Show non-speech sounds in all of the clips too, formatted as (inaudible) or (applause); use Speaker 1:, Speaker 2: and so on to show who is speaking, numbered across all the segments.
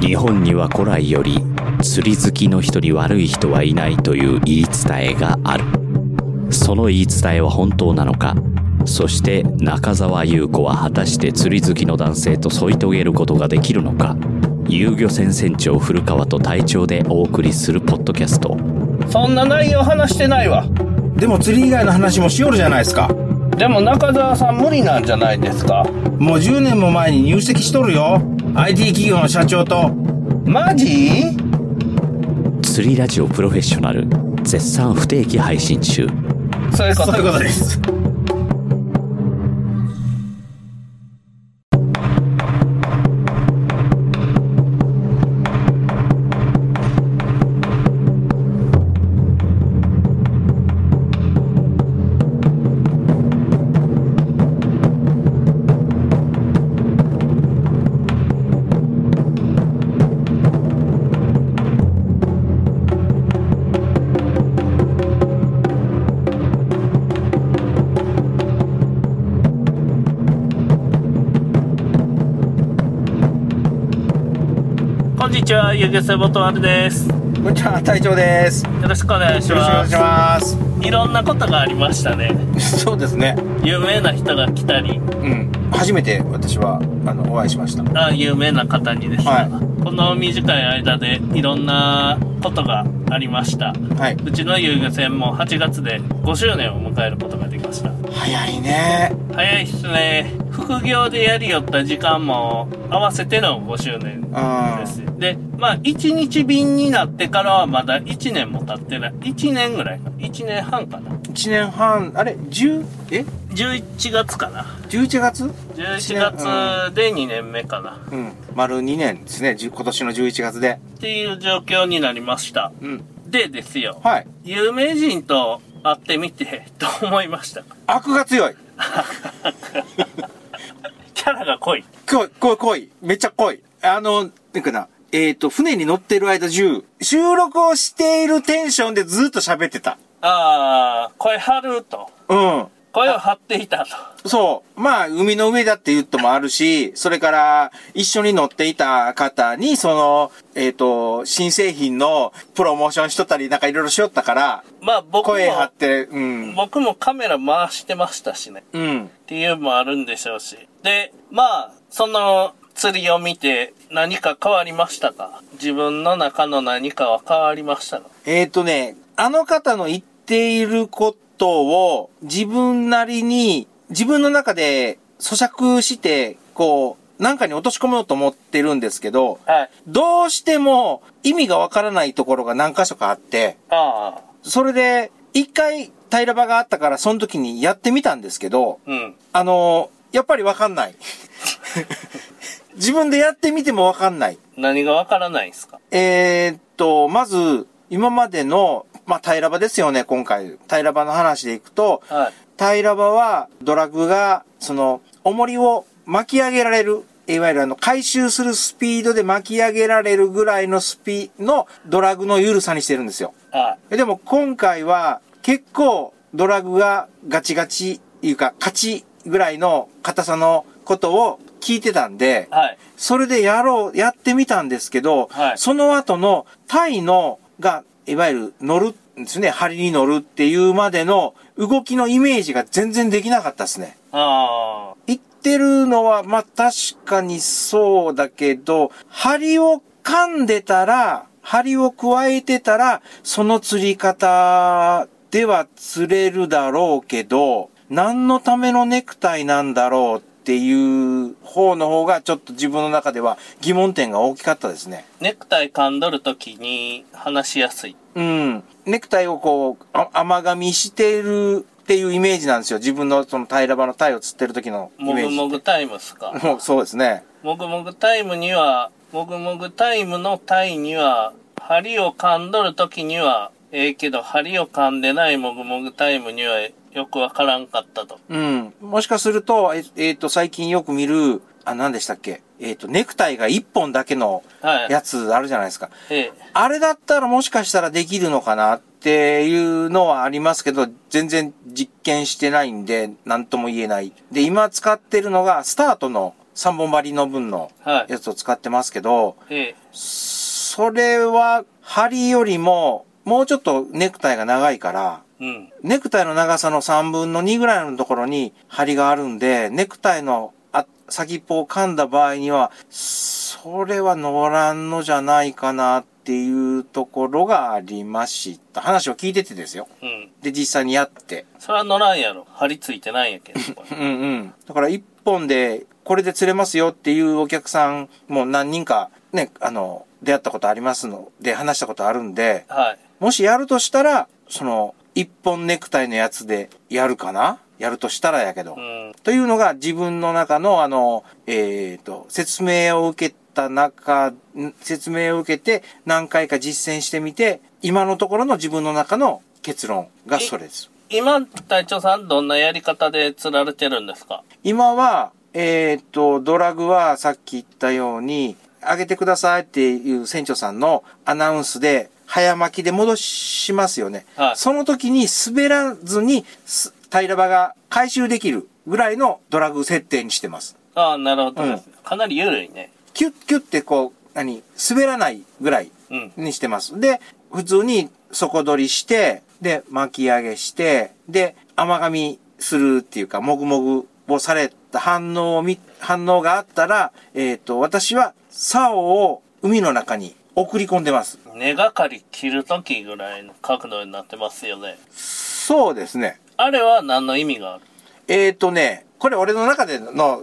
Speaker 1: 日本には古来より釣り好きの人に悪い人はいないという言い伝えがあるその言い伝えは本当なのかそして中澤優子は果たして釣り好きの男性と添い遂げることができるのか遊漁船船長古川と隊長でお送りするポッドキャスト
Speaker 2: そんな内容話してないわ
Speaker 3: でも釣り以外の話もしよるじゃないですか
Speaker 2: でも中澤さん無理なんじゃないですか
Speaker 3: もう10年も前に入籍しとるよ IT 企業の社長と
Speaker 2: マジ
Speaker 1: 釣りラジオプロフェッショナル絶賛不定期配信中
Speaker 2: そういうこ
Speaker 3: そういうことです
Speaker 4: こんにちは、ゆげせぼとわるです。よ
Speaker 3: こんにちは隊長ですよ
Speaker 4: ろしくお願いし
Speaker 3: ろしくお願
Speaker 4: ま
Speaker 3: い
Speaker 4: す。
Speaker 3: します
Speaker 4: いろんなことがありましたね。
Speaker 3: そうですね。
Speaker 4: 有名な人が来たり、
Speaker 3: うん。初めて私は、あの、お会いしました。
Speaker 4: あ有名な方にですね、
Speaker 3: は
Speaker 4: この短い間でいろんなことがありました。
Speaker 3: はい。
Speaker 4: うちの遊具船も8月で5周年を迎えることができました。
Speaker 3: 早いね。
Speaker 4: 早いっすね。副業でやりよった時間も合わせての5周年
Speaker 3: うん
Speaker 4: で。す。で、まあ、1日便になってからはまだ1年も経ってない。1年ぐらいか。1年半かな。
Speaker 3: 1年半、あれ ?10? え
Speaker 4: 11月かな
Speaker 3: ?11 月
Speaker 4: 11月で2年目かな、っ
Speaker 3: うん。丸2年ですね。じゅ今年の11月で。
Speaker 4: ていう状況になりました
Speaker 3: うん。
Speaker 4: でですよ、
Speaker 3: はい。
Speaker 4: 有名人と会ってみてどう思いましたか
Speaker 3: 悪が強い。
Speaker 4: キャラが濃い
Speaker 3: 濃い、濃い、濃い。めっちゃ濃い。あの、なんかな。えっ、と、船に乗ってる間中、収録をしているテンションでずっと喋ってた。
Speaker 4: ああ声張ると
Speaker 3: うん。
Speaker 4: 声を張っていたと
Speaker 3: そう。まあ、海の上だって言うともあるし、それから、一緒に乗っていた方に、その、えっ、と、新製品のプロモーションしとったり、なんかいろいろしよったから、
Speaker 4: まあ僕も
Speaker 3: 声張って、うん。
Speaker 4: 僕もカメラ回してましたしね
Speaker 3: うん。
Speaker 4: っていうのもあるんでしょうしでまあその釣りを見て何か変わりましたか自分の中の何かは変わりましたか
Speaker 3: えっ、とね、あの方の言っていることを、自分なりに、自分の中で咀嚼して、こう、なんかに落とし込もうと思ってるんですけど、
Speaker 4: はい
Speaker 3: どうしても意味がわからないところが何箇所かあって、
Speaker 4: ああ
Speaker 3: それで、一回、平場があったから、その時にやってみたんですけど、
Speaker 4: うん。
Speaker 3: あのーやっぱりわかんない。自分でやってみてもわかんない。
Speaker 4: 何がわからないんすか
Speaker 3: えーっと、まず、今までの、まあ、平場ですよね、今回。平場の話でいくと、
Speaker 4: はい。
Speaker 3: 平場は、ドラグが、その、重りを巻き上げられる、いわゆるあの、回収するスピードで巻き上げられるぐらいのスピ、のドラグの緩さにしてるんですよ。
Speaker 4: は
Speaker 3: えでも今回は結構ドラグがガチガチいうか勝ちぐらいの硬さのことを聞いてたんで
Speaker 4: い。、はい。
Speaker 3: それでやろう、やってみたんですけど、
Speaker 4: はい
Speaker 3: その後のタイのが、いわゆる乗るんですね、針に乗るっていうまでの動きのイメージが全然できなかったですね。
Speaker 4: あ
Speaker 3: 言ってるのは、まあ、確かにそうだけど、針を噛んでたら、針を加えてたら、その釣り方では釣れるだろうけど、何のためのネクタイなんだろうっていう方の方が、ちょっと自分の中では疑問点が大きかったですね。
Speaker 4: ーネクタイ噛んどるときに話しやすい。
Speaker 3: うん。ネクタイをこう、あ甘噛みしてるっていうイメージなんですよ。自分のその平場のタイを釣ってる時のイ
Speaker 4: も
Speaker 3: メ
Speaker 4: ぐ
Speaker 3: ージ。
Speaker 4: もぐタイムっすか (laughs)
Speaker 3: もうそうですね。
Speaker 4: もぐもぐタイムには、もぐもぐタイムのタイには、針を噛んどるときには、ええけど、針を噛んでないもぐもぐタイムにはよくわからんかったと。
Speaker 3: うん。もしかすると、ええーと、最近よく見る、あ、何でしたっけえっ、と、ネクタイが一本だけの
Speaker 4: はい。
Speaker 3: やつあるじゃないですか。
Speaker 4: ええ。
Speaker 3: あれだったらもしかしたらできるのかなっていうのはありますけど、全然実験してないんで、何とも言えない。で、今使ってるのが、スタートの3本針の分の
Speaker 4: はい。
Speaker 3: やつを使ってますけど、
Speaker 4: ええ。
Speaker 3: それは針よりももうちょっとネクタイが長いから、
Speaker 4: うん。
Speaker 3: ネクタイの長さの3分の2ぐらいのところに針があるんで、ネクタイのあ先っぽを噛んだ場合には、それは乗らんのじゃないかなっていうところがありました。話を聞いててですよ。
Speaker 4: うん。
Speaker 3: で、実際にやって。
Speaker 4: それは乗らんやろ。張り付いてないんやけど。こ
Speaker 3: う
Speaker 4: れ
Speaker 3: んうん。だから1本でこれで釣れますよっていうお客さんも何人かね、あの、出会ったことありますので、話したことあるんで、
Speaker 4: はい。
Speaker 3: もしやるとしたら、その、一本ネクタイのやつでやるかなやるとしたらやけど。
Speaker 4: うん。
Speaker 3: というのが自分の中の、あの、えっ、と、説明を受けた中、ん説明を受けて何回か実践してみて、今のところの自分の中の結論がそれです。
Speaker 4: 今、隊長さんどんなやり方で釣られてるんですか
Speaker 3: 今は、えっ、と、ドラグはさっき言ったように、上げてくださいっていう船長さんのアナウンスで、早巻きで戻しますよね。
Speaker 4: はい
Speaker 3: その時に滑らずに、す平場が回収できるぐらいのドラグ設定にしてます。
Speaker 4: ああ、なるほど、
Speaker 3: うん
Speaker 4: かなり緩いね。
Speaker 3: キュッキュッてこう、何、滑らないぐらい
Speaker 4: うん。
Speaker 3: にしてます。で、普通に底取りして、で、巻き上げして、で、甘噛みするっていうか、もぐもぐをされた反応を見、反応があったら、えっ、と、私は、竿を海の中に送り込んでます。
Speaker 4: 根がかり切るときぐらいの角度になってますよね。
Speaker 3: そうですね。
Speaker 4: あれは何の意味がある
Speaker 3: えっ、とね、これ俺の中での、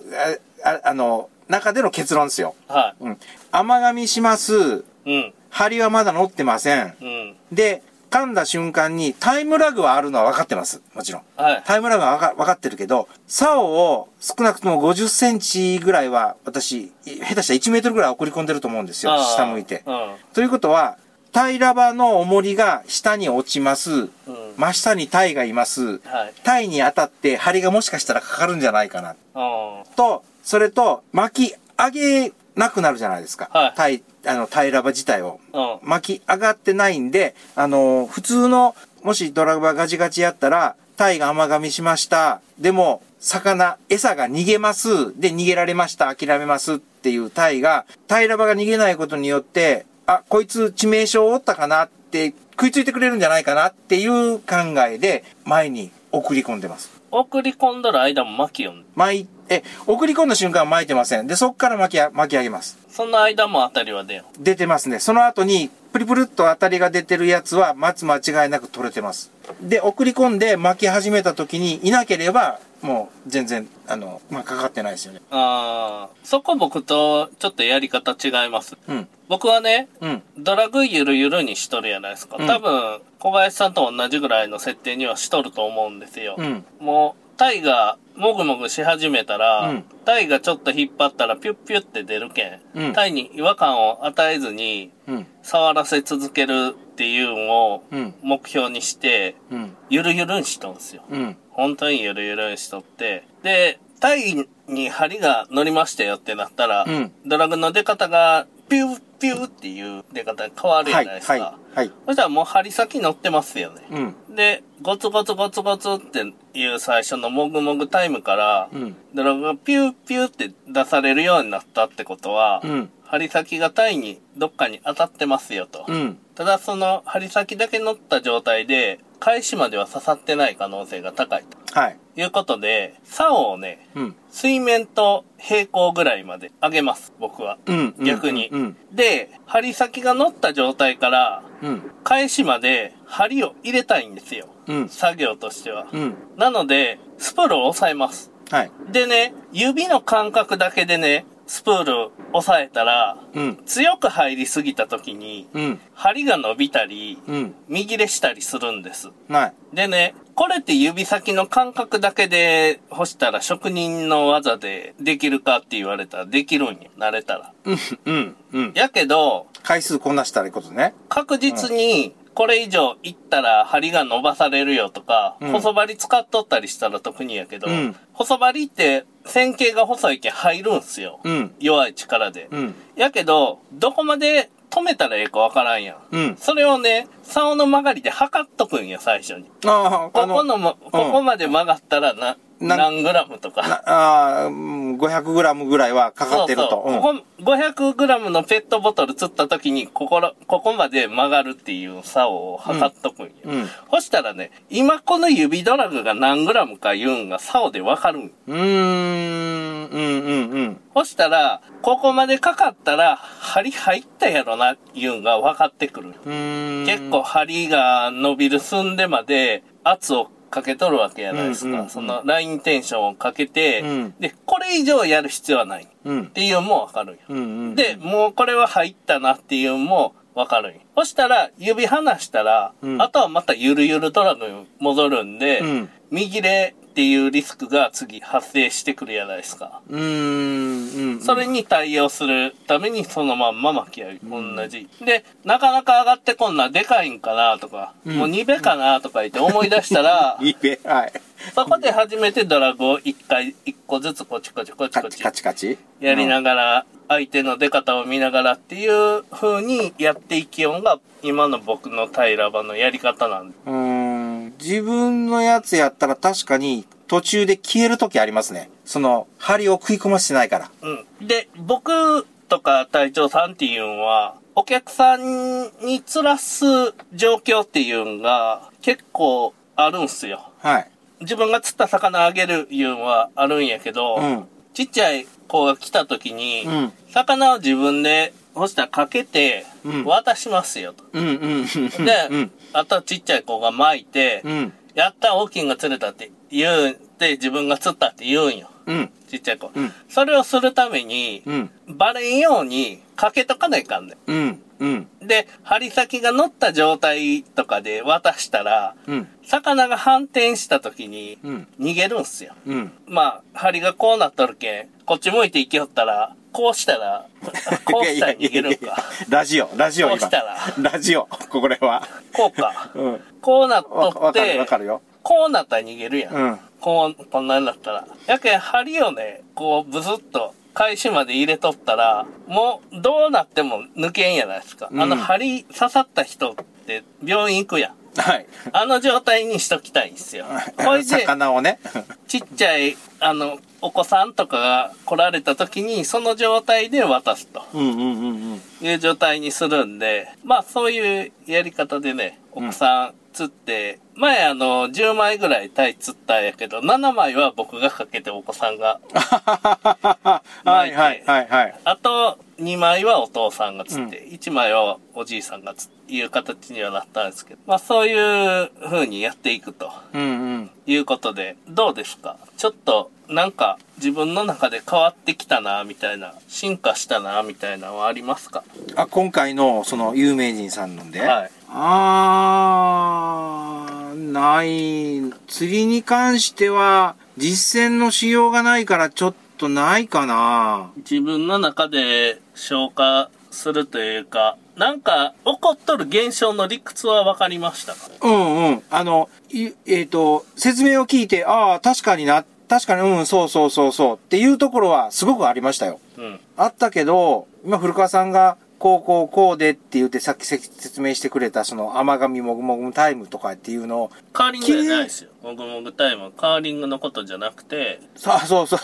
Speaker 3: あああの、中での結論ですよ。
Speaker 4: は
Speaker 3: うん。甘噛みします。
Speaker 4: い。うん。
Speaker 3: 針はまだ乗ってません。
Speaker 4: うん。
Speaker 3: で、噛んだ瞬間にタイムラグはあるのは分かってます。もちろん。
Speaker 4: はい。
Speaker 3: タイムラグはわか分かってるけど、竿を少なくとも50センチぐらいは、私、い下手したら1メートルぐらい送り込んでると思うんですよ。
Speaker 4: ああ
Speaker 3: 下向いて
Speaker 4: う。ん。
Speaker 3: ということは、平ラバの重りが下に落ちます。
Speaker 4: うん。
Speaker 3: 真下にタイがいます。
Speaker 4: はい。
Speaker 3: タイに当たって針がもしかしたらかかるんじゃないかな。
Speaker 4: うん。
Speaker 3: と、それと、巻き上げなくなるじゃないですか。
Speaker 4: はい
Speaker 3: タイ、あの、タイラバ自体を。
Speaker 4: うん。
Speaker 3: 巻き上がってないんで、あのー普通の、もしドラグバーガチガチやったら、タイが甘噛みしました。でも、魚、餌が逃げます。で、逃げられました。諦めます。っていうタイが、タイラバが逃げないことによって、あ、こいつ致命傷を負ったかなって、食いついてくれるんじゃないかなっていう考えで、前に送り込んでます。
Speaker 4: 送り込んどる間も巻きよん。
Speaker 3: 巻い、え、送り込んだ瞬間は巻いてません。で、そっから巻きあ、巻き上げます。
Speaker 4: その間も当たりは出よん。
Speaker 3: 出てますね。その後に、プリプルっと当たりが出てるやつは、松間違いなく取れてます。で、送り込んで巻き始めた時にいなければ、もう全然、あの、まあ、かかってないですよね。
Speaker 4: ああ。そこ僕とちょっとやり方違います。
Speaker 3: うん。
Speaker 4: 僕はね、
Speaker 3: うん。
Speaker 4: ドラグゆるゆるにしとるやないですか。
Speaker 3: うん
Speaker 4: 多分、小林さんと同じぐらいの設定にはしとると思うんですよ。
Speaker 3: うん。
Speaker 4: もう、タイがもぐもぐし始めたら、
Speaker 3: うん
Speaker 4: タイがちょっと引っ張ったらピュッピュって出るけん。
Speaker 3: うん
Speaker 4: タイに違和感を与えずに、
Speaker 3: うん。
Speaker 4: 触らせ続けるっていうのを
Speaker 3: うん。
Speaker 4: 目標にして、
Speaker 3: うん。
Speaker 4: ゆるゆるんしとんすよ。
Speaker 3: うん。
Speaker 4: 本当にゆるゆるんしとって。で、タイに針が乗りましたよってなったら、
Speaker 3: うん
Speaker 4: ドラグの出方がピューピューっていう出方に変わるじ
Speaker 3: は
Speaker 4: ゃ
Speaker 3: い。
Speaker 4: ないですか。
Speaker 3: はい。はい。
Speaker 4: そしたらもう針先乗ってますよね。
Speaker 3: うん。
Speaker 4: で、ゴツゴツゴツゴツっていう最初のもぐもぐタイムから、
Speaker 3: うん。
Speaker 4: ドラグがピューピューって出されるようになったってことは、
Speaker 3: うん。
Speaker 4: 針先がタイにどっかに当たってますよと。
Speaker 3: うん。
Speaker 4: ただその針先だけ乗った状態で、返しまでは刺さってない可能性が高いと
Speaker 3: はい。
Speaker 4: いうことで、竿をね、
Speaker 3: うん。
Speaker 4: 水面と平行ぐらいまで上げます、僕は。
Speaker 3: うん。うん
Speaker 4: 逆に
Speaker 3: うん。
Speaker 4: で、針先が乗った状態から、
Speaker 3: うん。
Speaker 4: 返しまで針を入れたいんですよ。
Speaker 3: うん。
Speaker 4: 作業としては。
Speaker 3: うん。
Speaker 4: なので、スプールを押さえます。
Speaker 3: はい。
Speaker 4: でね、指の感覚だけでね、スプールを押さえたら、
Speaker 3: うん。
Speaker 4: 強く入りすぎた時に、
Speaker 3: うん。
Speaker 4: 針が伸びたり、
Speaker 3: うん。
Speaker 4: 見切れしたりするんです。
Speaker 3: はい。
Speaker 4: でね、これって指先の感覚だけで干したら職人の技でできるかって言われたらできるんよ。慣れたら。
Speaker 3: うん。うん。うん。
Speaker 4: やけど、
Speaker 3: 回数こなしたらいいことね。
Speaker 4: 確実にこれ以上いったら針が伸ばされるよとか、
Speaker 3: うん
Speaker 4: 細針使っとったりしたら特にやけど、
Speaker 3: うん
Speaker 4: 細針って線形が細いけん入るんすよ。
Speaker 3: うん。
Speaker 4: 弱い力で。
Speaker 3: うん。
Speaker 4: やけど、どこまで止めたらええかわからんやん。
Speaker 3: うん。
Speaker 4: それをね、竿の曲がりで測っとくんや、最初に。
Speaker 3: ああ、あ
Speaker 4: ここのも、ここまで曲がったらな、
Speaker 3: なん
Speaker 4: 何グラムとか。
Speaker 3: あーうん500グラムぐらいはかかってると。うん
Speaker 4: ここ500グラムのペットボトル釣った時に、ここら、ここまで曲がるっていう差を測っとくんよ。
Speaker 3: うんうん
Speaker 4: そしたらね、今この指ドラグが何グラムか言うんが竿でわかるんよ。
Speaker 3: うーん、うん、うん、うん。
Speaker 4: そしたら、ここまでかかったら、針入ったやろな、いうんが分かってくる。
Speaker 3: うーん
Speaker 4: 結構針が伸びる寸でまで圧をかけとるわけじゃないですか。
Speaker 3: うんうんうん
Speaker 4: そのラインテンションをかけて、
Speaker 3: うん
Speaker 4: で、これ以上やる必要はない。っ
Speaker 3: うん。
Speaker 4: ていうのも分かるんよ。
Speaker 3: うんうん、
Speaker 4: で、もうこれは入ったなっていうのも分かるんよ。そしたら、指離したら、
Speaker 3: うん
Speaker 4: あとはまたゆるゆるトラックに戻るんで、
Speaker 3: うん
Speaker 4: 右れっていうリスクが次発生してくるじゃないですか。
Speaker 3: うーん、うん。
Speaker 4: それに対応するためにそのまんま巻き上げる。同じ。で、なかなか上がってこんなでかいんかなとか、
Speaker 3: ん、
Speaker 4: もう2べかなとか言って思い出したら
Speaker 3: いいべ、はい。
Speaker 4: そこで初めてドラグを1回、1個ずつこちこちこち
Speaker 3: カ
Speaker 4: こ
Speaker 3: チカ
Speaker 4: ち
Speaker 3: チカチ。
Speaker 4: やりながら、相手の出方を見ながらっていう風にやっていきよんが、今の僕のタイラバのやり方なんで。
Speaker 3: うーん。自分のやつやったら確かに途中で消える時ありますね。その、針を食い込ませてないから。
Speaker 4: うん。で、僕とか隊長さんっていうのは、お客さんにつらす状況っていうのが結構あるんすよ。
Speaker 3: はい。
Speaker 4: 自分が釣った魚あげるいうのはあるんやけど、
Speaker 3: うん
Speaker 4: ちっちゃい子が来た時に、
Speaker 3: うん
Speaker 4: 魚を自分で干したらかけて
Speaker 3: うん
Speaker 4: 渡しますよと。
Speaker 3: うんうんうんうん。
Speaker 4: で、
Speaker 3: うん。
Speaker 4: あとはちっちゃい子が巻いて、
Speaker 3: うん。
Speaker 4: やった大きいのが釣れたって言うて自分が釣ったって言うんよ。
Speaker 3: うん。
Speaker 4: ちっちゃい子。
Speaker 3: うん
Speaker 4: それをするために、
Speaker 3: うん。
Speaker 4: バレんようにかけとかないかんね
Speaker 3: うん。うん。
Speaker 4: ん。で、針先が乗った状態とかで渡したら、
Speaker 3: うん。
Speaker 4: 魚が反転した時に
Speaker 3: うん。
Speaker 4: 逃げるんすよ。
Speaker 3: うん。
Speaker 4: まあ、針がこうなっとるけん、こっち向いて行きよったら、こうし
Speaker 3: (laughs)
Speaker 4: たら、こうしたら逃げるん
Speaker 3: いやいやいやいや
Speaker 4: か。
Speaker 3: ラジオ、ラジオ
Speaker 4: こう
Speaker 3: 今
Speaker 4: したら。
Speaker 3: ラジオ、これは。
Speaker 4: こうか。
Speaker 3: うん。
Speaker 4: こうなっ
Speaker 3: わ
Speaker 4: と
Speaker 3: わ
Speaker 4: っ
Speaker 3: かる、
Speaker 4: て
Speaker 3: わ、かるよ。
Speaker 4: こうなったら逃げるやん。
Speaker 3: うん。
Speaker 4: こう、こんなんなったら。やけん、針をね、こう、ブスッと、返しまで入れとったら、もう、どうなっても抜けんやないですか。
Speaker 3: うん
Speaker 4: あの、針刺さった人って、病院行くやん。
Speaker 3: はい。
Speaker 4: あの状態にしときたいんですよ。ほいで、
Speaker 3: 魚をね。
Speaker 4: ちっちゃい、あの、お子さんとかが来られた時に、その状態で渡すと
Speaker 3: うんうんうんうん。
Speaker 4: いう状態にするんで、まあ、そういうやり方でね、お子さん釣って、前あの、10枚ぐらいタイ釣ったんやけど、7枚は僕がかけてお子さんが
Speaker 3: はいはいはいはい。
Speaker 4: あと、2枚はお父さんが釣って、1枚はおじいさんが釣って、いう形にはなったんですけど、まあそういう風にやっていくと
Speaker 3: うんうん。
Speaker 4: いうことで、どうですかちょっと、なんか自分の中で変わってきたな、みたいな、進化したな、みたいなのはありますか
Speaker 3: あ、今回の、その、有名人さんなんで。
Speaker 4: はい。
Speaker 3: あー、ない。釣りに関しては、実践のしようがないから、ちょっとないかな。
Speaker 4: 自分の中で消化するというか、なんか起こっとる現象の理屈は分かりましたか
Speaker 3: うんうん。あの、いえっ、と、説明を聞いて、ああ、確かにな、確かに、うん、そうそうそうそう、っていうところは、すごくありましたよ。
Speaker 4: うん。
Speaker 3: あったけど、今古川さんが、こうこうこうでって言ってさっきせ説明してくれたその甘髪もぐもぐタイムとかっていうのを、
Speaker 4: カーリングじゃないですよ。もぐもぐタイムはカーリングのことじゃなくて、
Speaker 3: そうそうそう。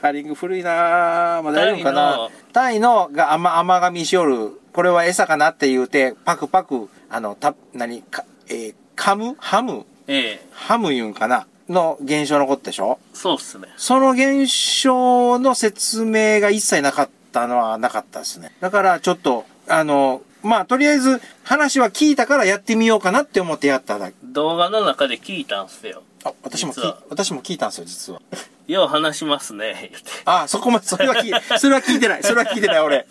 Speaker 3: カーリング古いなぁ。まあ大丈夫かなタイのが甘甘噛みしおる。これは餌かなって言うて、パクパク、あの、た、何、か、えー噛むハム
Speaker 4: ええ、
Speaker 3: ハム言うんかなの現象のことでしょ
Speaker 4: そうっすね。
Speaker 3: その現象の説明が一切なかったのはなかったですね。だからちょっと、あの、まあ、とりあえず話は聞いたからやってみようかなって思ってやっただけ。
Speaker 4: 動画の中で聞いたんすよ。
Speaker 3: あ、私も聞い
Speaker 4: 実は
Speaker 3: 私も聞いたんですよ、実は。
Speaker 4: よう話しますね、言って。
Speaker 3: ああ、そこまで、それは聞 (laughs) い、それは聞いてない。それは聞いてない、俺。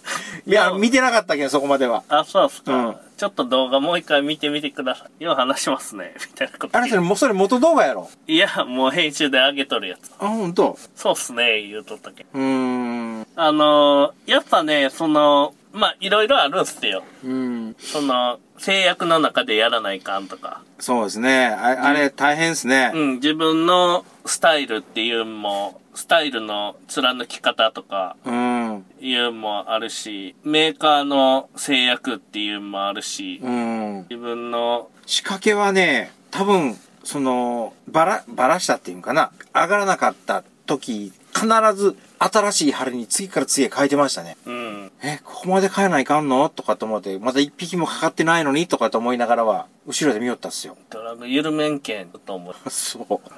Speaker 3: いや、見てなかったけど、そこまでは。
Speaker 4: あ、そうっすか。
Speaker 3: うん
Speaker 4: ちょっと動画もう一回見てみてください。よう話しますね、 (laughs) みたいなこと
Speaker 3: あ
Speaker 4: 言
Speaker 3: れ、
Speaker 4: っ
Speaker 3: そ
Speaker 4: て。
Speaker 3: れ、もうそれ元動画やろ。
Speaker 4: いや、もう編集で上げとるやつ。
Speaker 3: あ、ほんと。
Speaker 4: そうっすね、言うとったけど。
Speaker 3: うーん。う
Speaker 4: あのーやっぱね、その、まあ、いろいろあるんすよ。
Speaker 3: ーん。
Speaker 4: その、制約の中でやらないかんとか。
Speaker 3: そうですね。ああれ、大変ですね。
Speaker 4: うん、自分のスタイルっていうのも、スタイルの貫き方とか、
Speaker 3: うん。う
Speaker 4: いうのもあるし、メーカーの制約っていうのもあるし、
Speaker 3: ん。
Speaker 4: 自分の、
Speaker 3: 仕掛けはね、多分、その、ばら、ばらしたっていうんかな、上がらなかった時、必ず新しい針に次から次へ変えてましたね。
Speaker 4: うん。
Speaker 3: え、ここまで変えないかんのとかと思って、まだ一匹もかかってないのにとかと思いながらは、後ろで見よったっすよ。
Speaker 4: ドラグ緩めんけんと思う。
Speaker 3: そう。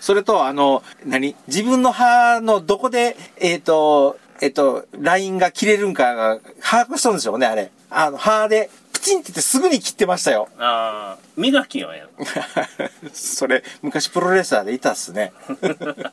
Speaker 3: それと、あの、何自分の歯のどこで、えっ、と、えっ、と、ラインが切れるんかが、把握しとるんでしょうね、あれ。あの、歯で、プチンって言ってすぐに切ってましたよ。
Speaker 4: ああ、磨きをやる。 (laughs)
Speaker 3: (laughs) それ、昔プロレスラーでいたっすね。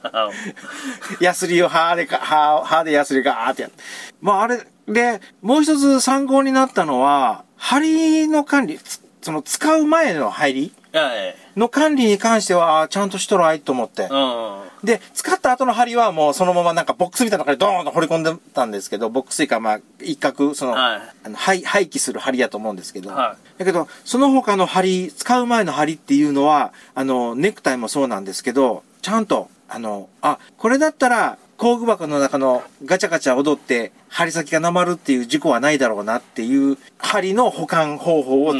Speaker 3: (laughs) ヤスリを歯でか、歯、歯でヤスリガーってやって。まああれ、で、もう一つ参考になったのは、針の管理、つその使う前の入り
Speaker 4: はい。
Speaker 3: の管理に関しては、あーちゃんとしとるあいと思って
Speaker 4: う。ん。
Speaker 3: で、使った後の針はもうそのままなんかボックスみたいな中にドーンと掘り込んでたんですけど、ボックスというかまあ一角、その、
Speaker 4: はい
Speaker 3: あの廃廃棄する針やと思うんですけど、
Speaker 4: は
Speaker 3: だけど、その他の針、使う前の針っていうのは、あの、ネクタイもそうなんですけど、ちゃんと、あの、あ、これだったら、工具箱の中のガチャガチャ踊って、針先がなまるっていう事故はないだろうなっていう、針の保管方法をつ、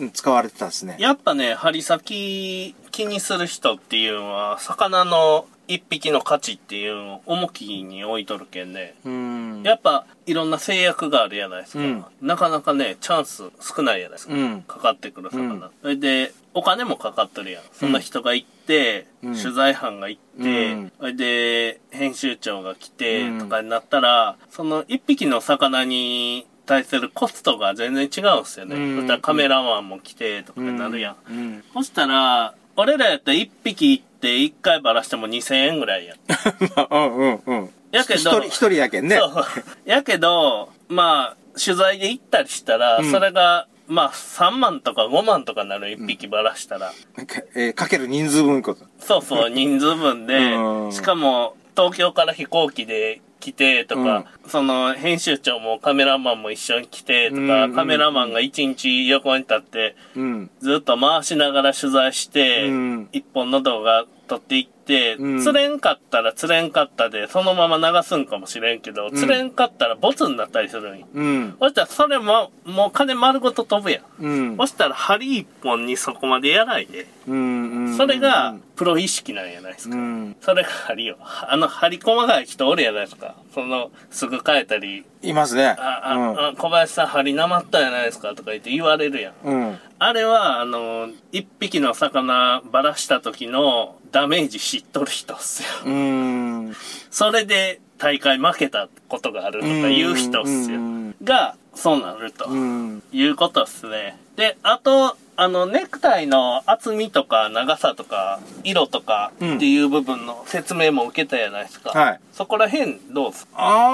Speaker 4: うん
Speaker 3: 使われてたんですね。
Speaker 4: やっぱね、針先気にする人っていうのは、魚の一匹の価値っていうのを重きに置いとるけんね。
Speaker 3: うん。
Speaker 4: やっぱ、いろんな制約があるやないですか。
Speaker 3: うん
Speaker 4: なかなかね、チャンス少ないやないですか。
Speaker 3: うん
Speaker 4: かかってくる魚。
Speaker 3: うん
Speaker 4: それで、お金もかかっとるやん。そんな人が行って、
Speaker 3: うん
Speaker 4: 取材班が行って、
Speaker 3: うん
Speaker 4: それで、編集長が来て
Speaker 3: うん、
Speaker 4: とかになったら、その一匹の魚に対するコストが全然違うんですよね。
Speaker 3: うん
Speaker 4: そしたらカメラマンも来て、とかになるやん。
Speaker 3: うん。
Speaker 4: そしたら、俺らやったら一匹行って一回バラしても2000円ぐらいやん。
Speaker 3: ま (laughs) あ、うんうんうん。
Speaker 4: やけど
Speaker 3: 一人、一人やけんね。
Speaker 4: そう。 (laughs) やけど、まあ、取材で行ったりしたら、
Speaker 3: うん
Speaker 4: それが、まあ、3万とか5万とかなる、一匹ばらしたら。
Speaker 3: かえーかける人数分こと。
Speaker 4: そう
Speaker 3: (laughs)
Speaker 4: そう、人数分で
Speaker 3: うん、
Speaker 4: しかも、東京から飛行機で来てとか、その、編集長もカメラマンも一緒に来てとか、
Speaker 3: うん
Speaker 4: カメラマンが一日横に立って、
Speaker 3: うん。
Speaker 4: ずっと回しながら取材して、
Speaker 3: うん
Speaker 4: 一本の動画撮っていって、
Speaker 3: うん
Speaker 4: 釣れんかったら釣れんかったで、そのまま流すんかもしれんけど、釣れんかったらボツになったりするんよ。
Speaker 3: うん。
Speaker 4: そしたらそれも、もう金丸ごと飛ぶやん。
Speaker 3: うん。
Speaker 4: そしたら針一本にそこまでやないで、
Speaker 3: うんうん。
Speaker 4: それがプロ意識なんやないです
Speaker 3: う
Speaker 4: か。
Speaker 3: ん。
Speaker 4: それが針よ。あの、針細かい人おるやないですか。その、すぐ変えたり、
Speaker 3: いますね。
Speaker 4: あ、あ、あ小林さん針なまったやないですかとか言って言われるやん。
Speaker 3: うん。うん。
Speaker 4: あれは、あの、一匹の魚ばらした時のダメージ知っとる人っすよ。 (laughs)
Speaker 3: うん。
Speaker 4: それで大会負けたことがあるとかいう人っ
Speaker 3: う
Speaker 4: すよ
Speaker 3: んうん。
Speaker 4: が、そうなると
Speaker 3: うん。
Speaker 4: いうことっすね。で、あと、あの、ネクタイの厚みとか長さとか色とかっていう部分の説明も受けたじゃないですか。
Speaker 3: はい
Speaker 4: そこら辺どうっす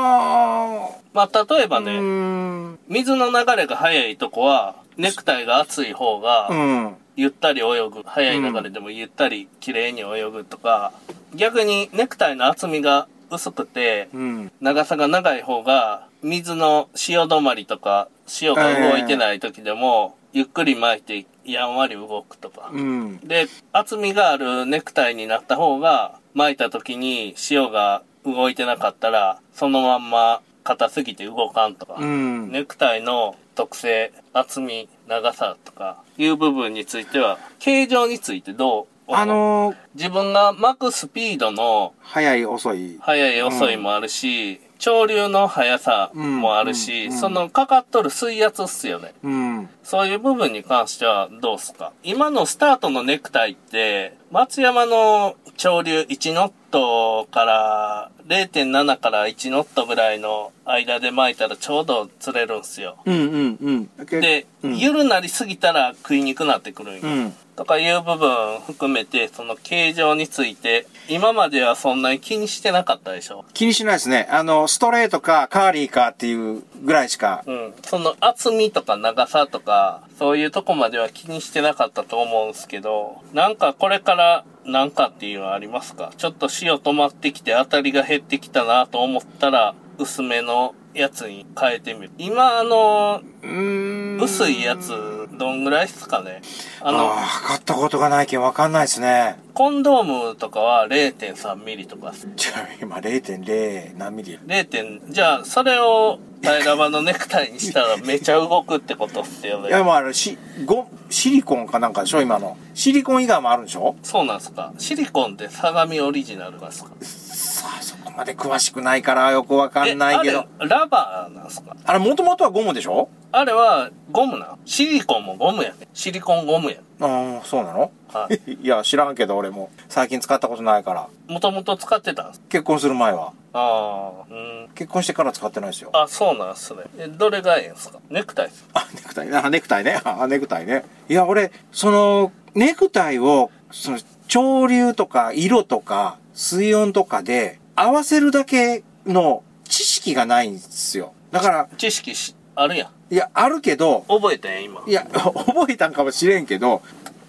Speaker 3: あ
Speaker 4: まあ、例えば
Speaker 3: あ。う
Speaker 4: ね、
Speaker 3: ん。
Speaker 4: 水の流れが速いとこは、ネクタイが厚い方が、
Speaker 3: うん。
Speaker 4: ゆったり泳ぐ速い流れでもゆったり綺麗に泳ぐとか、逆にネクタイの厚みが薄くて、
Speaker 3: うん。
Speaker 4: 長さが長い方が水の潮止まりとか潮が動いてない時でも、ゆっくり巻いてやんわり動くとか、
Speaker 3: うん。
Speaker 4: で厚みがあるネクタイになった方が巻いた時に潮が動いてなかったらそのまんま硬すぎて動かんとか、
Speaker 3: うん。
Speaker 4: ネクタイの特性、厚み、長さとかいう部分については、形状についてどう
Speaker 3: あのー、
Speaker 4: 自分が巻くスピードの
Speaker 3: 早い、遅い。
Speaker 4: 速い遅いもあるし、潮流の速さもある
Speaker 3: う
Speaker 4: し、
Speaker 3: んうんうん
Speaker 4: そのかかっとる水圧っすよね。
Speaker 3: うん。
Speaker 4: そういう部分に関してはどうっすか今のスタートのネクタイって、松山の潮流1ノットから0.7から1ノットぐらいの間で巻いたらちょうど釣れるんすよ。
Speaker 3: うんうんうん。
Speaker 4: で、
Speaker 3: うん
Speaker 4: ゆるなりすぎたら食いにくなってくるんよ
Speaker 3: うん。
Speaker 4: とかいう部分含めて、その形状について、今まではそんなに気にしてなかったでしょ
Speaker 3: 気にしないですね。あの、ストレートかカーリーかっていうぐらいしか。
Speaker 4: うん。その厚みとか長さとか、そういうとこまでは気にしてなかったと思うんですけど、なんかこれからなんかっていうのはありますかちょっと潮止まってきて当たりが減ってきたなと思ったら、薄めのやつに変えてみる。今あの、
Speaker 3: うーん。
Speaker 4: 薄いやつどんぐらいっすかね。あの、
Speaker 3: ああ、買ったことがないけんわかんないですね。
Speaker 4: コンドームとかは0.3ミリとかっす。
Speaker 3: じゃあ今0.0何ミリ
Speaker 4: 0. 点じゃあ、それを平らばのネクタイにしたらめちゃ動くってことっすよ
Speaker 3: いや、
Speaker 4: ね。
Speaker 3: まあ、あれ、し、ご、シリコンかなんかでしょ今の。シリコン以外もあるんでしょ
Speaker 4: そうなんすか。シリコンって相模オリジナルがっすか。
Speaker 3: さあ、そこまで詳しくないからよくわかんないけ
Speaker 4: え
Speaker 3: ど。
Speaker 4: あれ、ラバーなんすか
Speaker 3: あれ、もともとはゴムでしょ
Speaker 4: あれはゴムなんシリコンもゴムやね。シリコンゴムやね。
Speaker 3: ああ、そうなの
Speaker 4: はい。
Speaker 3: いや、知らんけど、俺も。最近使ったことないから。
Speaker 4: もともと使ってたんす
Speaker 3: 結婚する前は。
Speaker 4: ああ、うん。
Speaker 3: 結婚してから使ってないですよ。
Speaker 4: あ、そうなんすね。え、どれがええんすかネクタイっす
Speaker 3: あ、 (laughs) ネクタイね。あ、ネクタイね。あ、ネクタイね。いや、俺、その、ネクタイを、その、潮流とか、色とか、水温とかで、合わせるだけの知識がないんですよ。だから、
Speaker 4: 知識し、あるやん。
Speaker 3: いや、あるけど、
Speaker 4: 覚えたやん、今。
Speaker 3: いや、 (laughs) 覚えたんかもしれんけど、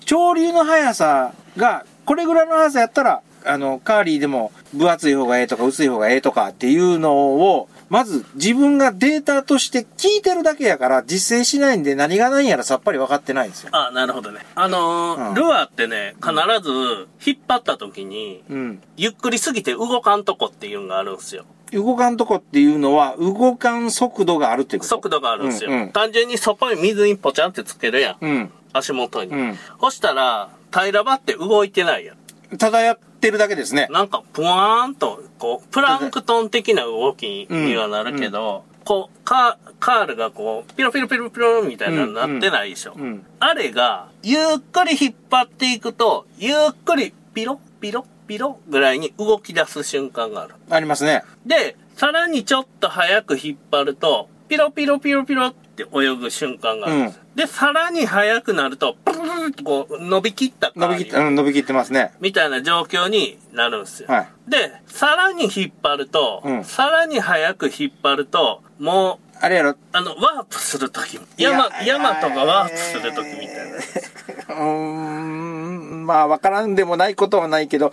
Speaker 3: 潮流の速さが、これぐらいの速さやったら、あの、カーリーでも、分厚い方がええとか、薄い方がええとかっていうのを、まず自分がデータとして聞いてるだけやから、実践しないんで何が何やらさっぱり分かってないんですよ。
Speaker 4: あ、なるほどね。あのー
Speaker 3: うん
Speaker 4: ルアーってね、必ず、引っ張った時に、
Speaker 3: うん。
Speaker 4: ゆっくりすぎて動かんとこっていうのがあるんすよ。
Speaker 3: 動かんとこっていうのは、動かん速度があるっていうこと。
Speaker 4: 速度があるんすよ。
Speaker 3: うんうん
Speaker 4: 単純にそこに水にポチャンってつけるやん。
Speaker 3: うん。
Speaker 4: 足元に。
Speaker 3: うん
Speaker 4: そしたら、平らばって動いてないやん。
Speaker 3: ただやってるだけですね。
Speaker 4: なんか、ぷわーんと、こう、プランクトン的な動きにはなるけど、こう、カー、カールがこう、ピロピロピロピロみたいなのになってないでしょ。
Speaker 3: うん。
Speaker 4: あれが、ゆっくり引っ張っていくと、ゆっくり、ピロ、ピロ、ピロぐらいに動き出す瞬間がある。
Speaker 3: ありますね。
Speaker 4: で、さらにちょっと早く引っ張ると、ピロピロピロピロって泳ぐ瞬間があるんです。で、さらに早くなると、プルルルルってこう、伸びきった
Speaker 3: 伸
Speaker 4: 感
Speaker 3: び
Speaker 4: じ
Speaker 3: きって、うん、伸びきってますね。
Speaker 4: みたいな状況になるんですよ。
Speaker 3: はい。
Speaker 4: で、さらに引っ張ると、
Speaker 3: うん
Speaker 4: さらに早く引っ張ると、もう、
Speaker 3: あれやろ、
Speaker 4: あの、ワープするとき、
Speaker 3: や
Speaker 4: 山、
Speaker 3: いや
Speaker 4: 山とかワープするときみたいな。
Speaker 3: うーん、まあ、わからんでもないことはないけど、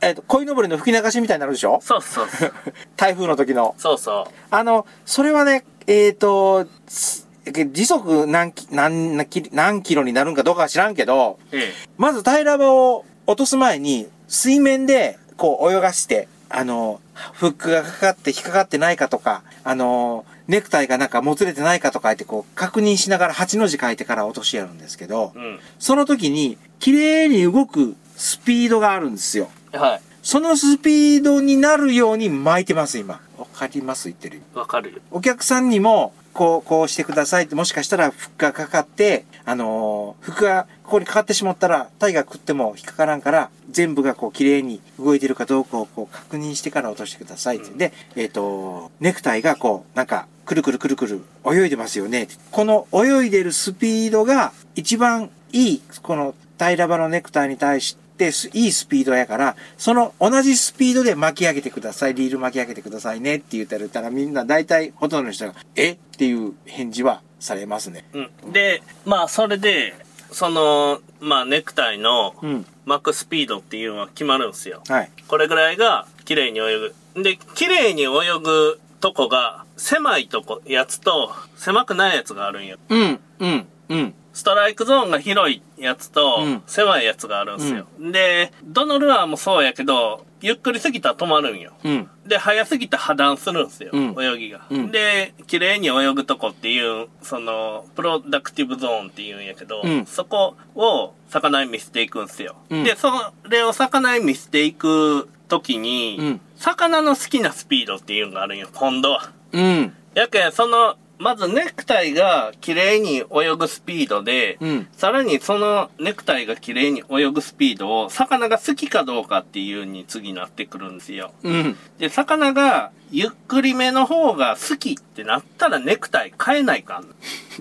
Speaker 3: えっと、鯉のぼりの吹き流しみたいになるでしょ
Speaker 4: そうそうそう。
Speaker 3: 台風の時の。
Speaker 4: そうそ
Speaker 3: あの、それはね、えっ、と、す時速何キ何何キ何キロになるんかどうかは知らんけど、
Speaker 4: う。ええ。
Speaker 3: まず平らばを落とす前に、水面で、こう、泳がして、あの、フックがかかって引っかかってないかとか、あの、ネクタイがなんかもつれてないかとかってこう、確認しながら8の字書いてから落としやるんですけど、
Speaker 4: うん。
Speaker 3: その時に、綺麗に動くスピードがあるんですよ。
Speaker 4: は
Speaker 3: そのスピードになるように巻いてます、今。わかります言ってる。
Speaker 4: い。わかるよ。
Speaker 3: お客さんにも、こう、こうしてくださいって、もしかしたら、服がかかって、あのー、服がここにかかってしまったら、タイが食っても引っかからんから、全部がこう、綺麗に動いてるかどうかをこう、確認してから落としてくださいって。
Speaker 4: うん
Speaker 3: で、えっ、と、ネクタイがこう、なんか、くるくるくるくる、泳いでますよねって。この泳いでるスピードが、一番いい、この、平らばのネクタイに対して、すいいスピードやから、その同じスピードで巻き上げてください、リール巻き上げてくださいねって言ったら言ったらみんな大体ほとんどの人が、えっていう返事はされますね。
Speaker 4: うん。で、まあ、それで、その、まあ、ネクタイの
Speaker 3: うん。
Speaker 4: 巻くスピードっていうのは決まるんですよ。
Speaker 3: はい。
Speaker 4: これぐらいが綺麗に泳ぐ。で、綺麗に泳ぐとこが、狭いとこ、やつと、狭くないやつがあるんよ。
Speaker 3: うん、うん、うん。
Speaker 4: ストライクゾーンが広いやつと、
Speaker 3: うん
Speaker 4: 狭いやつがあるんですよ、で、どのルアーもそうやけど、ゆっくりすぎたら止まるんよ。
Speaker 3: うん。
Speaker 4: で、早すぎて破断するんですよ、
Speaker 3: うん
Speaker 4: 泳ぎが。
Speaker 3: うん
Speaker 4: で、綺麗に泳ぐとこっていう、その、プロダクティブゾーンっていうんやけど、
Speaker 3: うん
Speaker 4: そこを魚に見せていくんですよ。
Speaker 3: うん
Speaker 4: で、それを魚に見せていくときに、
Speaker 3: うん
Speaker 4: 魚の好きなスピードっていうのがあるんよ、今度は。
Speaker 3: うん。
Speaker 4: やけん、その、まずネクタイが綺麗に泳ぐスピードで、
Speaker 3: うん
Speaker 4: さらにそのネクタイが綺麗に泳ぐスピードを、魚が好きかどうかっていうに次なってくるんですよ。
Speaker 3: うん。
Speaker 4: で、魚がゆっくりめの方が好きってなったらネクタイ変えないかん。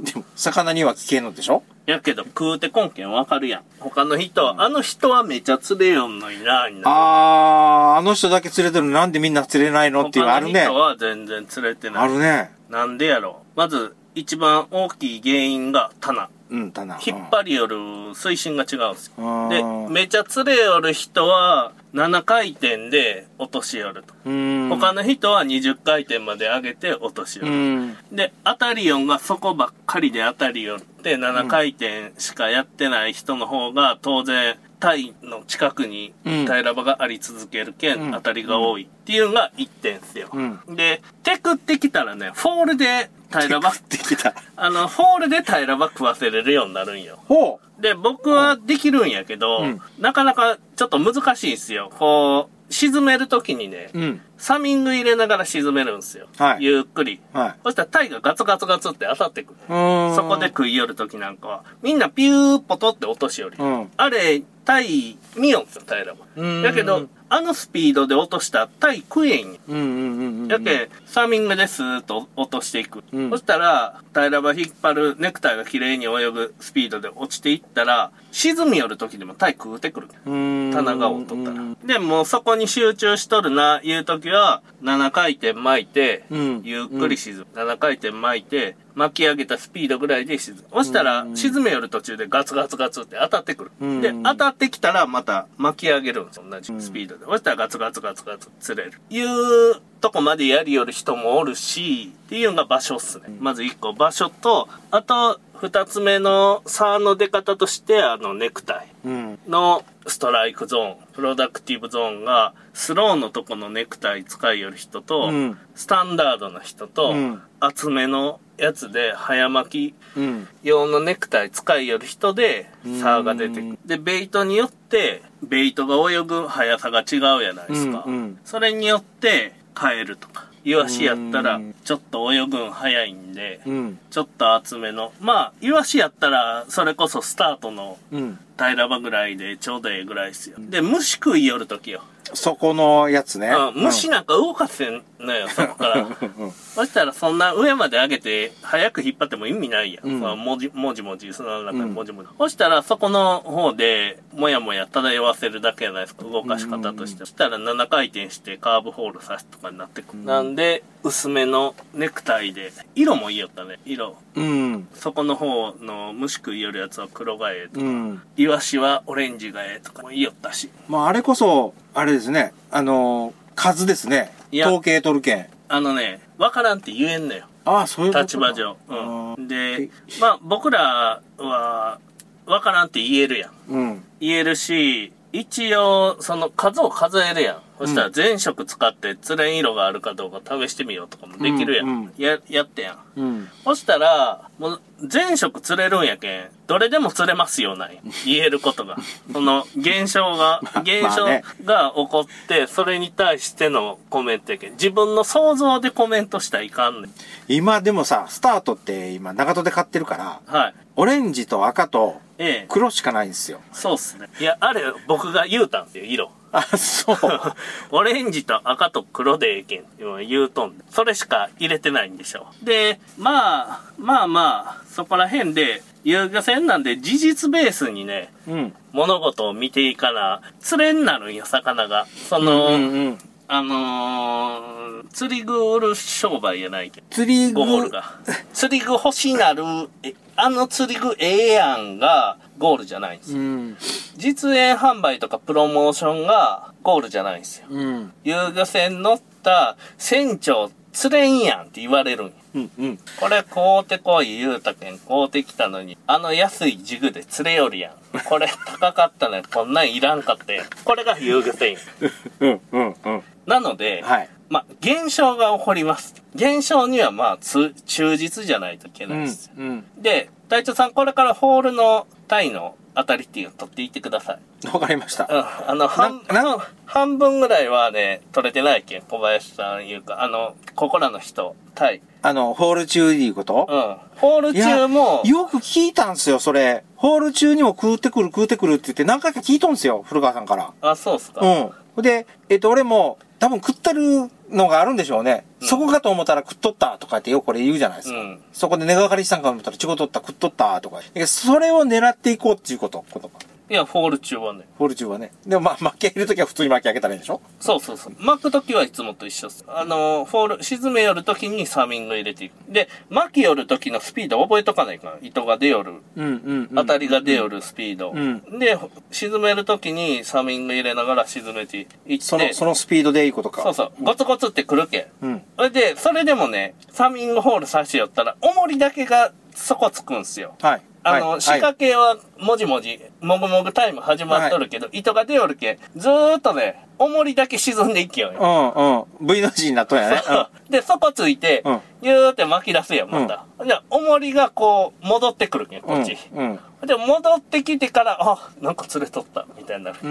Speaker 3: でも、魚には危険のでしょ
Speaker 4: やけど食うてこんけんわかるやん。他の人、あの人はめちゃ釣れよんのにな、になる。
Speaker 3: あー、あの人だけ釣れてるのなんでみんな釣れないのっていうのあ
Speaker 4: 他
Speaker 3: る
Speaker 4: の
Speaker 3: ね
Speaker 4: 人。は全然釣れてな
Speaker 3: あ
Speaker 4: い。
Speaker 3: るね。
Speaker 4: なんでやろう。まず、一番大きい原因が棚。
Speaker 3: うん、だな。
Speaker 4: 引っ張りよる水深が違うんですよ。
Speaker 3: うん
Speaker 4: で、めちゃ釣れよる人は、 7回転で落とし寄ると。
Speaker 3: うん。
Speaker 4: 他の人は20回転まで上げて落とし寄
Speaker 3: う
Speaker 4: る。
Speaker 3: ん。
Speaker 4: で、アタリオンがそこばっかりでアタリオンって7回転しかやってない人の方が当然タイの近くに
Speaker 3: うん
Speaker 4: タイラバがあり続けるけ
Speaker 3: うんん
Speaker 4: 当たりが多いっていうのが1点っすよ。
Speaker 3: うん
Speaker 4: で、テクってきたらね、フォールでタイラバ、
Speaker 3: できた。
Speaker 4: あの、フォールでタイラバ食わせれるようになるんよ。
Speaker 3: ほう。
Speaker 4: で、僕はできるんやけど、
Speaker 3: うん
Speaker 4: なかなかちょっと難しいんすよ。こう、沈めるときにね、
Speaker 3: うん。
Speaker 4: サミング入れながら沈めるんすよ。
Speaker 3: はい
Speaker 4: ゆっくり。
Speaker 3: はい。
Speaker 4: そしたらタイがガツガツガツって当たってくる。
Speaker 3: うーん。
Speaker 4: そこで。食い寄るときなんかは、みんなピューポトって落としより。
Speaker 3: うん。
Speaker 4: あれ、タイ見よんすよ、タイらも
Speaker 3: うん。
Speaker 4: だけど、あのスピードで落としたらタイ食えんよ。
Speaker 3: うんうんうんうん。
Speaker 4: やけ、サーミングでスーッと落としていく。
Speaker 3: うん
Speaker 4: そしたら、タイラバ引っ張るネクタイが綺麗に泳ぐスピードで落ちていったら、沈み寄る時でもタイ食うてくる。
Speaker 3: うん。
Speaker 4: 棚がを取った
Speaker 3: うん
Speaker 4: ら。で、もうそこに集中しとるな、いう時は、7回転巻いて、
Speaker 3: うん
Speaker 4: ゆっくり沈む。7回転巻いて、巻き上げたスピードぐらいで沈む。そしたら、沈めよる途中でガツガツガツって当たってく
Speaker 3: うん
Speaker 4: る。で、当たってきたらまた巻き上げるんです。同じスピードで。そしたらガツガツガツガツ釣れる。いうとこまでやりよる人もおるし、っていうのが場所っすね。まず1個場所と、あと2つ目の差の出方として、あの、ネクタイ。
Speaker 3: うん。
Speaker 4: のストライクゾーン、プロダクティブゾーンが、スローのとこのネクタイ使いよる人と、
Speaker 3: うん
Speaker 4: スタンダードの人と、
Speaker 3: うん
Speaker 4: 厚めのやつで早巻き
Speaker 3: うん。
Speaker 4: 用のネクタイ使いよる人で差が出てくる。で、ベイトによって、ベイトが泳ぐ速さが違うやないですか。
Speaker 3: うんうん
Speaker 4: それによって変えるとか。イワシやった
Speaker 3: う
Speaker 4: ら
Speaker 3: ん、
Speaker 4: ちょっと泳ぐん早いんで、
Speaker 3: うん。
Speaker 4: ちょっと厚めの。まあ、イワシやったら、それこそスタートの
Speaker 3: うん。
Speaker 4: 平場ぐらいでちょうどええぐらいですよ。で、虫食い寄るときよ。
Speaker 3: そこのやつね。
Speaker 4: うん虫なんか動かせんのよ、そこから。そしたらそんな上まで上げて、早く引っ張っても意味ないやん。
Speaker 3: うん
Speaker 4: そのもじもじもじ、砂の中
Speaker 3: う
Speaker 4: に
Speaker 3: ん
Speaker 4: もじもじ。そしたらそこの方で、もやもや漂わせるだけじゃないですか、動かし方として。そしたら7回転してカーブホール刺すとかになってくる。なんで、薄めのネクタイで、色もいいよったね、色。
Speaker 3: うん。
Speaker 4: そこの方の虫食い寄るやつは黒がええとか
Speaker 3: うん。
Speaker 4: イワシはオレンジがええとかも言いよったし。
Speaker 3: まあ、あれこそ、あれですね。あのー、数ですね。
Speaker 4: いや
Speaker 3: 統計取る件。
Speaker 4: あのね、わからんって言えんのよ。
Speaker 3: ああ、そういうこと
Speaker 4: 立場上。
Speaker 3: あ
Speaker 4: うん。
Speaker 3: ー
Speaker 4: で、まあ僕らは、わからんって言えるやん。
Speaker 3: うん。
Speaker 4: 言えるし、一応、その数を数えるやん。そしたら全色使って連れん色があるかどうか試してみようとかもできるやん。
Speaker 3: うんうん
Speaker 4: や、やってやん。
Speaker 3: うん。
Speaker 4: そしたら、もう、全色釣れるんやけん、どれでも釣れますよなんや言えることが。その、現象が、現象が起こって、それに対してのコメントやけん。自分の想像でコメントしたらいかんねん。
Speaker 3: 今でもさ、スタートって今、長門で買ってるから、
Speaker 4: はい。
Speaker 3: オレンジと赤と
Speaker 4: ええ。
Speaker 3: 黒しかないんですよ。
Speaker 4: そうっすね。いや、あれ、僕が言うたんですよ、色。
Speaker 3: あ、そう。
Speaker 4: オレンジと赤と黒でええけんって言うとんでそれしか入れてないんでしょうでまあまあまあそこら辺で遊漁船なんで事実ベースにね
Speaker 3: うん。
Speaker 4: 物事を見ていかな釣れになるんよ魚がその、
Speaker 3: うんうん。
Speaker 4: あのー、釣り具売る商売やないけど
Speaker 3: 釣り具
Speaker 4: ゴールが釣り具欲しなるえあの釣り具ええやんがゴールじゃないんですよ
Speaker 3: うん。
Speaker 4: 実演販売とかプロモーションがゴールじゃないんですよ
Speaker 3: うん。
Speaker 4: 遊漁船乗った船長釣れんやんって言われるんよ
Speaker 3: うん。うん。
Speaker 4: これ買うてこい言うたけん買うてきたのにあの安いジグで釣れよるやんこれ高かったねこんなんいらんかったやんこれが遊漁船よ
Speaker 3: うん。うん。うん。
Speaker 4: なので、
Speaker 3: はい。
Speaker 4: まあ現象が起こります現象にはまあつ忠実じゃないといけ
Speaker 3: う
Speaker 4: ない
Speaker 3: ん
Speaker 4: です、。
Speaker 3: うん。
Speaker 4: で隊長さんこれからホールのタイの当たりっていうの取っていってください
Speaker 3: わかりました。
Speaker 4: うんあの、半
Speaker 3: な
Speaker 4: 半分ぐらいはね、取れてないけん、小林さんいうか、あの、ここらの人、タイ。
Speaker 3: あの、ホール中いうこと
Speaker 4: うん。ホール
Speaker 3: いや
Speaker 4: 中も、
Speaker 3: よく聞いたんすよ、それ。ホール中にも食うてくる食うてくるって言って何回か聞いとんすよ、古川さんから。
Speaker 4: あ、そうっすか。
Speaker 3: うん。ほんで、えっと、俺も、多分食ってるのがあるんでしょうね。そこかと思ったら食っとったとかってよくこれ言うじゃないですか。
Speaker 4: うん
Speaker 3: そこで寝がかりしたんかと思ったら仕事とった食っとったとか。だけどそれを狙っていこうっていうこと、ことか。
Speaker 4: いや、フォール中はね。
Speaker 3: フォルチューはね。でもまあ、巻き上げるときは普通に巻き上げたらいいんでしょ
Speaker 4: そうそうそう。巻くときはいつもと一緒です。あの、フォール、沈め寄るときにサーミング入れていく。で、巻き寄るときのスピード覚えとかないから。糸が出よる。
Speaker 3: うんうん、
Speaker 4: 当たりが出よるスピード。
Speaker 3: う
Speaker 4: で、沈めるときにサーミング入れながら沈めていって。
Speaker 3: その、そのスピードでいいことか。
Speaker 4: そうそう。ゴツゴツってくるけ。
Speaker 3: うん。
Speaker 4: それで、それでもね、サーミングホール差し寄ったら、重りだけが底つくんすよ。
Speaker 3: はい。
Speaker 4: あの、
Speaker 3: はい
Speaker 4: 仕掛けは、もじもじ、もぐもぐタイム始まっとるけど、糸が出よるけ、ずーっとね、重りだけ沈んでいけよ。
Speaker 3: はいうんうん。V の字になっとんやね。
Speaker 4: で、底ついて
Speaker 3: うん、
Speaker 4: ぎゅーって巻き出すやん、また。じゃあ、重りがこう、戻ってくるけん、こっち。
Speaker 3: うん。うん。う
Speaker 4: で、戻ってきてから、あ、なんか釣れとった、みたいになる。
Speaker 3: ー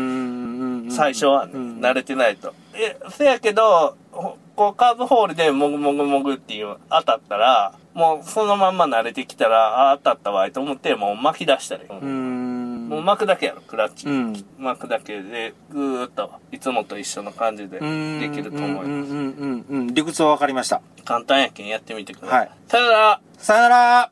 Speaker 3: んうん。
Speaker 4: 最初はね、
Speaker 3: うん
Speaker 4: 慣れてないと。え、せやけど、ほこうカーブホールでもぐもぐもぐっていう当たったら、もうそのまんま慣れてきたら、あ、当たったわいと思って、もう巻き出したり。
Speaker 3: うーん。
Speaker 4: もう巻くだけやろ、クラッチ。
Speaker 3: うん。
Speaker 4: 巻くだけで、ぐーっと、いつもと一緒の感じで
Speaker 3: うん。
Speaker 4: できると思
Speaker 3: う
Speaker 4: い
Speaker 3: ん
Speaker 4: ま
Speaker 3: うんうんうん。理屈はわかりました。
Speaker 4: す。簡単やけんやってみてください。
Speaker 3: はい
Speaker 4: さよなら
Speaker 3: さよなら